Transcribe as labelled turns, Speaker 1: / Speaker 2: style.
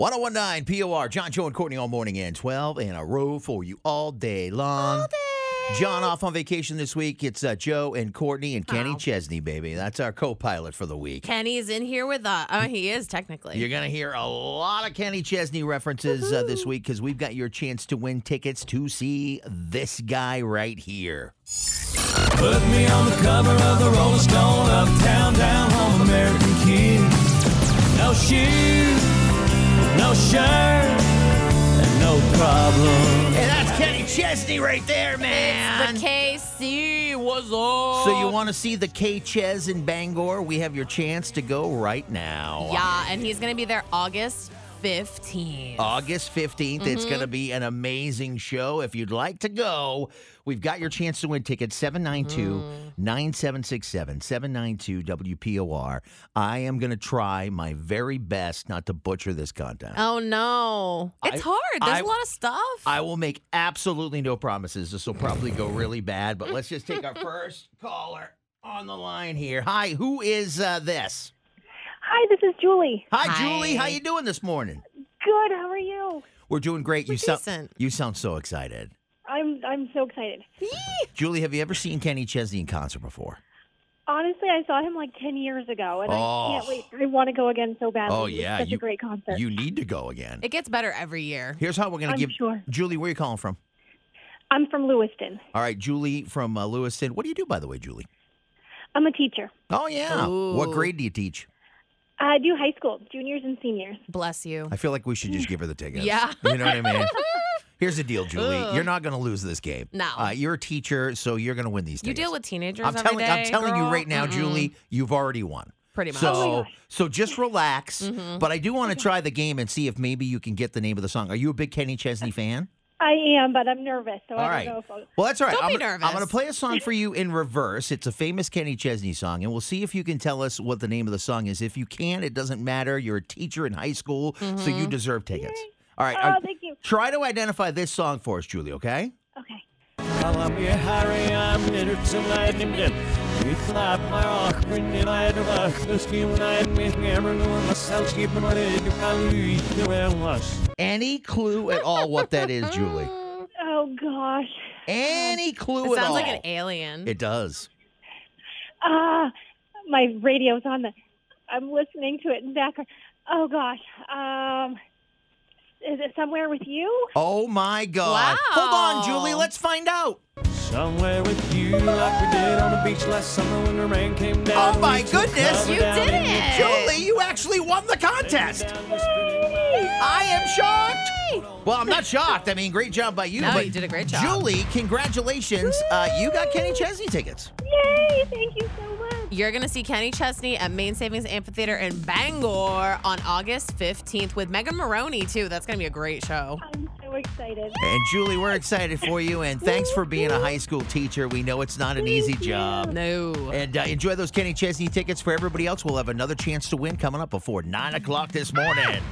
Speaker 1: 1019 POR, John, Joe, and Courtney all morning and 12 in a row for you all day long. All day. John off on vacation this week. It's uh, Joe and Courtney and Kenny Chesney, baby. That's our co pilot for the week.
Speaker 2: Kenny's in here with us. Oh, he is technically.
Speaker 1: You're going to hear a lot of Kenny Chesney references uh, this week because we've got your chance to win tickets to see this guy right here.
Speaker 3: Put me on the cover of the Rolling Stone, uptown, down home, American kid. No shoes, no shirt, and no problem.
Speaker 1: And that's Kenny Chesney right there, man.
Speaker 2: the KC was on.
Speaker 1: so you want to see the K Ches in Bangor? We have your chance to go right now.
Speaker 2: Yeah, and he's gonna be there August 15th.
Speaker 1: August 15th. It's
Speaker 2: Mm-hmm.
Speaker 1: going to be an amazing show. If you'd like to go, we've got your chance to win tickets 792
Speaker 2: Mm.
Speaker 1: 9767 792 WPOR. I am going to try my very best not to butcher this content.
Speaker 2: oh no,
Speaker 1: I-
Speaker 2: it's hard. There's
Speaker 1: I-
Speaker 2: a lot of stuff.
Speaker 1: I will make absolutely no promises. This will probably go really bad, but let's just take our first caller on the line here. Hi, who is uh, this?
Speaker 4: Hi, this is Julie.
Speaker 1: Hi,
Speaker 2: Hi.
Speaker 1: Julie. How you doing this morning?
Speaker 4: Good. How are you?
Speaker 1: We're doing great. you sound
Speaker 2: decent.
Speaker 1: you sound so excited.
Speaker 4: I'm I'm so excited.
Speaker 1: Julie, have you ever seen Kenny Chesney in concert before?
Speaker 4: Honestly, I saw him like ten years ago, and
Speaker 1: Oh.
Speaker 4: I can't wait. I want to go again so badly.
Speaker 1: Oh,
Speaker 4: It's
Speaker 1: yeah,
Speaker 4: such
Speaker 1: you-
Speaker 4: a great concert.
Speaker 1: You need to go again.
Speaker 2: it gets better every year.
Speaker 1: Here's how we're going to
Speaker 4: I'm
Speaker 1: give
Speaker 4: sure.
Speaker 1: Julie, where are you calling from?
Speaker 4: I'm from Lewiston.
Speaker 1: All right, Julie from uh, Lewiston. What do you do, by the way, Julie?
Speaker 4: I'm a teacher.
Speaker 1: Oh, yeah. What
Speaker 2: Ooh.
Speaker 1: grade do you teach?
Speaker 4: I do high school, juniors and seniors.
Speaker 2: Bless you.
Speaker 1: I feel like we should just give her the tickets.
Speaker 2: Yeah.
Speaker 1: You know what I mean? Here's the deal, Julie.
Speaker 2: Ugh.
Speaker 1: You're not going to lose this game.
Speaker 2: No.
Speaker 1: Uh, you're a teacher, so you're going to win these
Speaker 2: You
Speaker 1: tickets.
Speaker 2: deal with teenagers.
Speaker 1: I'm
Speaker 2: every
Speaker 1: telling, I'm
Speaker 2: day,
Speaker 1: telling you
Speaker 2: girl.
Speaker 1: right now,
Speaker 2: Mm-mm.
Speaker 1: Julie, you've already won.
Speaker 2: Pretty much.
Speaker 4: Oh my
Speaker 1: So,
Speaker 4: gosh.
Speaker 1: so just relax.
Speaker 2: Mm-hmm.
Speaker 1: But I do want to try the game and see if maybe you can get the name of the song. Are you a big Kenny Chesney fan?
Speaker 4: I am, but I'm nervous, so
Speaker 1: All
Speaker 4: I
Speaker 1: right.
Speaker 4: don't know if I'll...
Speaker 1: Well, that's all right.
Speaker 2: Don't
Speaker 1: I'm
Speaker 2: be
Speaker 1: gonna, I'm
Speaker 2: nervous.
Speaker 1: going to play a song for you in reverse. It's a famous Kenny Chesney song, and we'll see if you can tell us what the name of the song is. If you can, it doesn't matter. You're a teacher in high school, so you deserve tickets. All right.
Speaker 4: Mm-hmm. Oh,
Speaker 1: uh,
Speaker 4: thank you.
Speaker 1: try to identify this song for us, Julie, okay?
Speaker 4: Okay.
Speaker 3: Columbia, Harry, I'm Leonard, tonight, and then we clap my rock, Brindy, I had a rock, this team, and I had me, Cameron, and myself, keeping on it, you can't leave, you can't wash.
Speaker 1: Any clue at all what that is, Julie?
Speaker 4: Oh gosh.
Speaker 1: Any clue
Speaker 2: It
Speaker 1: at
Speaker 2: sounds
Speaker 1: all?
Speaker 2: like an alien.
Speaker 1: it does.
Speaker 4: Ah, my radio's on the. I'm listening to it in background. Oh gosh. Um, is it somewhere with you?
Speaker 1: Oh my God! Hold on, Julie.
Speaker 2: Wow.
Speaker 1: Let's find out.
Speaker 3: Somewhere with you, like we did on the beach last summer when the rain came down.
Speaker 1: Oh, my
Speaker 3: We took
Speaker 1: goodness.
Speaker 3: cover
Speaker 2: You
Speaker 3: down
Speaker 2: did
Speaker 3: in the
Speaker 2: it.
Speaker 3: tub.
Speaker 1: Julie, you actually won the contest.
Speaker 3: Down the street.
Speaker 1: I am shocked. Well, I'm not shocked. I mean, great job by you.
Speaker 2: No,
Speaker 1: but
Speaker 2: you did a great job.
Speaker 1: Julie, congratulations. Uh, you got Kenny Chesney tickets.
Speaker 4: Yay! Thank you so much.
Speaker 2: You're going to see Kenny Chesney at Main Savings Amphitheater in Bangor on August 15th with Megan Maroney, too. That's going to be a great show.
Speaker 4: I'm so excited.
Speaker 1: And Julie, we're excited for you. And thanks for being a high school teacher. We know it's not an easy job.
Speaker 2: No.
Speaker 1: And uh, enjoy those Kenny Chesney tickets for everybody else. We'll have another chance to win coming up before 9 o'clock this morning.